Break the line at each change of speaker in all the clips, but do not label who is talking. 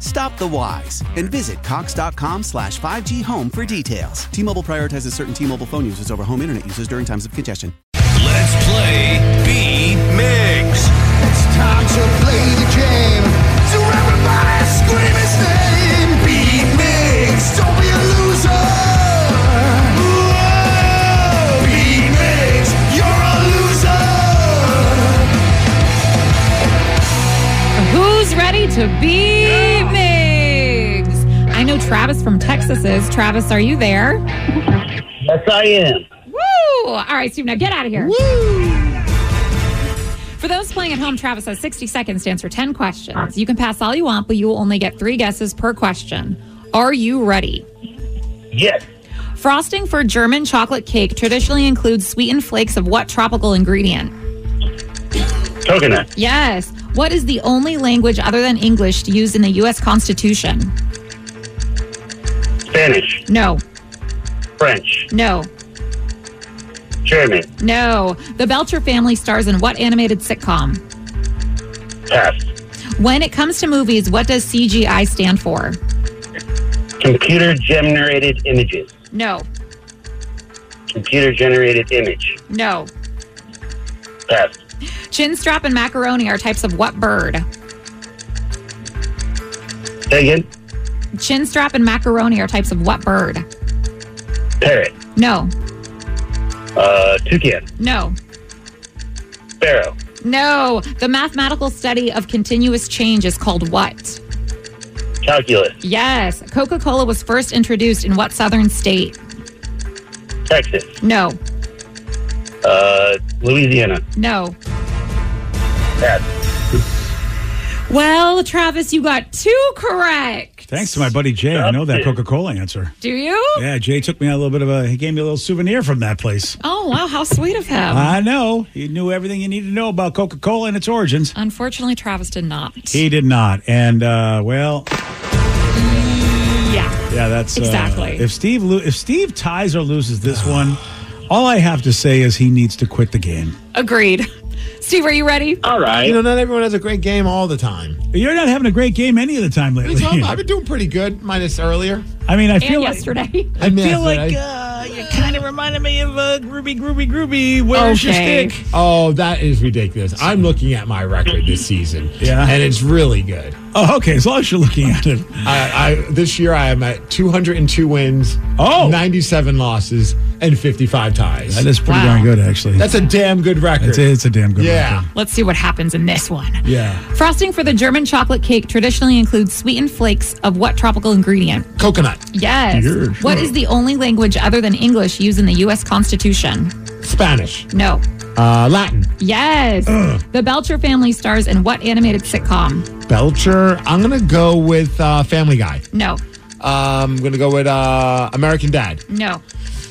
Stop the whys and visit cox.com slash 5G home for details. T-Mobile prioritizes certain T-Mobile phone users over home internet users during times of congestion.
Let's play B Migs.
It's time to play the game. So everybody scream his name. Beat Mix. Don't be a loser. Whoa. Beat Mix. You're a loser.
Who's ready to be Migs? I know Travis from Texas is. Travis, are you there?
Yes, I am.
Woo! All right, Steve, now get out of here. For those playing at home, Travis has 60 seconds to answer 10 questions. You can pass all you want, but you will only get three guesses per question. Are you ready?
Yes.
Frosting for German chocolate cake traditionally includes sweetened flakes of what tropical ingredient?
Coconut.
Yes. What is the only language other than English used in the U.S. Constitution?
Spanish.
No,
French.
no,
German.
No. The Belcher family stars in what animated sitcom?
Pass.
When it comes to movies, what does CGI stand for?
Computer generated images.
No.
Computer generated image.
No.
Pass.
Chin strap and macaroni are types of what bird?
Say again.
Chin strap and macaroni are types of what bird?
Parrot.
No.
Uh, toucan.
No.
Sparrow.
No. The mathematical study of continuous change is called what?
Calculus.
Yes. Coca Cola was first introduced in what southern state?
Texas.
No.
Uh, Louisiana.
No.
Pass.
Well, Travis, you got two correct.
Thanks to my buddy Jay. I know that Coca Cola answer.
Do you?
Yeah, Jay took me on a little bit of a, he gave me a little souvenir from that place.
Oh, wow. How sweet of him.
I know. He knew everything you needed to know about Coca Cola and its origins.
Unfortunately, Travis did not.
He did not. And, uh, well,
yeah.
yeah, that's. uh,
Exactly.
if, Steve lo- if Steve ties or loses this one, all I have to say is he needs to quit the game.
Agreed. Steve, are you ready?
All
You
right.
know, not everyone has a great game all the time.
You're not having a great game any of the time
What are
lately.
you talking about? I've been doing pretty good, minus earlier.
I mean, I
and
feel like.
yesterday.
I
feel like uh, you kind of reminded me of uh, Groovy, Groovy, Groovy. Where's
Okay.
your stick?
Oh, that is ridiculous. I'm looking at my record this season.
Yeah.
And it's really good.
Oh, okay. As long as you're looking at it.
I, I this year I am at 202 wins,
Oh.
97 losses, and 55 ties.
That is pretty
Wow.
darn good, actually.
That's a damn good record.
it's, it's a damn good
Yeah.
record.
Let's see what happens in this one.
Yeah.
Frosting for the German chocolate cake traditionally includes sweetened flakes of what tropical ingredient?
Coconut,
Yes.
Sure,
What
sure.
is the only language other than English used in the U.S. Constitution?
Spanish,
No.
uh, Latin,
Yes. The Belcher family stars in what animated sitcom?
Belcher. I'm gonna go with uh, Family Guy.
No.
Um, I'm gonna go with uh, American Dad,
No.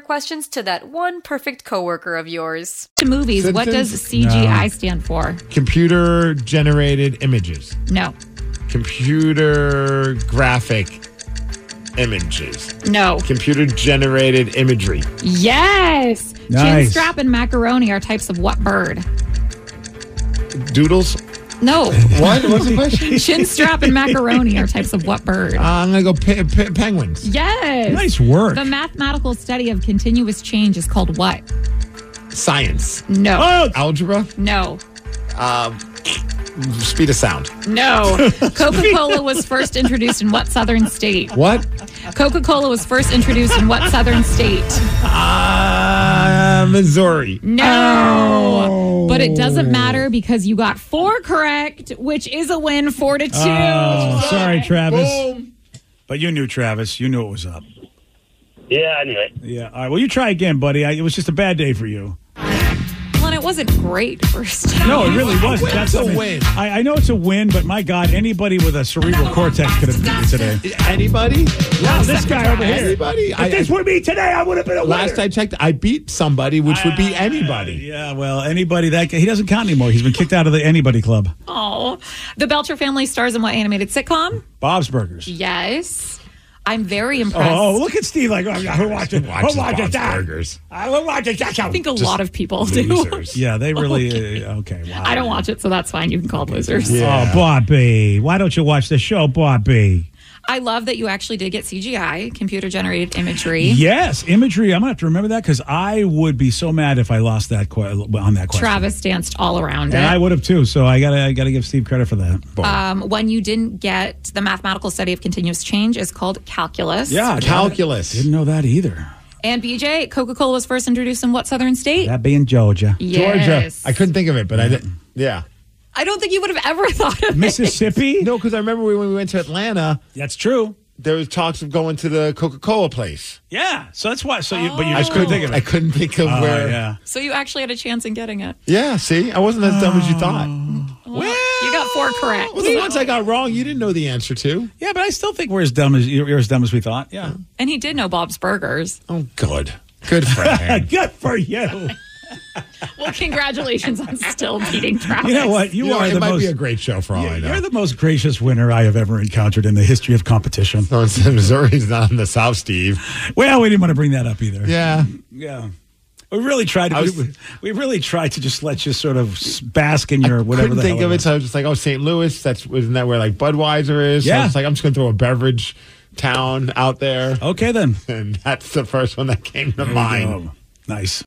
questions to that one perfect coworker of yours.
to movies, what does
No.
CGI stand for?
Computer generated images,
No.
computer graphic images,
No.
computer generated imagery.
Yes. Chin
Nice.
strap and macaroni are types of what bird?
Doodles,
No.
What? What's the question?
Chinstrap and macaroni are types of what bird?
Uh, I'm going to go pe- pe- penguins.
yes.
Nice work.
The mathematical study of continuous change is called what?
Science.
No.
Oh,
Algebra.
No.
Speed of sound.
No. Coca Cola was first introduced in what southern state?
What?
Coca Cola was first introduced in what southern state?
Uh, Missouri.
No.
Oh.
But it
oh.
doesn't matter because you got four correct, which is a win four to two.
oh, sorry, Travis. But you knew Travis. You knew it was up.
Yeah, I knew it.
Yeah. All right. Well, you try again, buddy. I, it was just a bad day for you.
Well, and it wasn't great first time.
No, it really wasn't.
It's
That's
a
I mean,
win.
I, I know it's a win, but my God, anybody with a cerebral cortex could have beaten you today.
Anybody?
Now this guy over here.
Anybody?
If
I-
this were me today, I would have been a
Last
winner.
I checked, I beat somebody, which would be anybody.
Yeah, well, anybody that he doesn't count anymore. He's been kicked out of the anybody club.
Oh. The Belcher family stars in what animated sitcom?
Bob's Burgers.
Yes. I'm very impressed.
Oh, look at Steve! Like, oh, who watched it?
Watches
Who watched
Bob's
it? that?
Burgers.
I who watched it? That show?
I think a lot of people do.
Losers.
Yeah, they really. Uh, okay, wow.
I don't watch it, so that's fine. You can call it losers.
Oh, Bobby, why don't you watch the show, Bobby?
I love that you actually did get CGI, computer generated imagery.
Yes, imagery. I'm gonna have to remember that because I would be so mad if I lost that que- on that question.
Travis danced all around
And I
it.
would have too. So I gotta, I gotta give Steve credit for that.
um, when you didn't get the mathematical study of continuous change is called calculus.
yeah,
Calculus.
Didn't know that either.
And BJ, Coca Cola was first introduced in what southern state?
That being Georgia,
Yes.
Georgia. I couldn't think of it, but I did. Yeah.
I don't think you would have ever thought of it.
Mississippi.
No, because I remember when we went to Atlanta,
that's true.
there was talks of going to the Coca Cola place.
Yeah. So that's why. So you, but
Oh.
you
I
just couldn't think of
I
it.
couldn't think of
Oh,
where.
yeah.
So you actually had a chance in getting it.
Yeah, see, I wasn't as dumb as you thought.
Oh.
Well,
You got four correct.
Well, the ones I got wrong, you didn't know the answer to.
Yeah, but I still think we're as dumb as you're, you're as dumb as we thought. Yeah.
And he did know Bob's Burgers.
Oh, good. Good for him.
Good for you.
Well, congratulations on still beating Travis.
You know what? You,
You know,
are
it
the
might
most.
be a great show for all I know.
You're the most gracious winner I have ever encountered in the history of competition.
no, it's Missouri's not in the South, Steve.
Well, we didn't want to bring that up either.
Yeah.
Yeah. We really tried to.
I was-
we, we really tried to just let you sort of s- bask in your whatever.
Couldn't
the
think
hell
of
it
it, so I was just like, oh, St. Louis. That's isn't that where like Budweiser is? So I
Yeah.
was like, I'm just gonna throw a beverage town out there,
was. Okay then.
and that's the first one that came to mind.
Oh, nice.
Mm,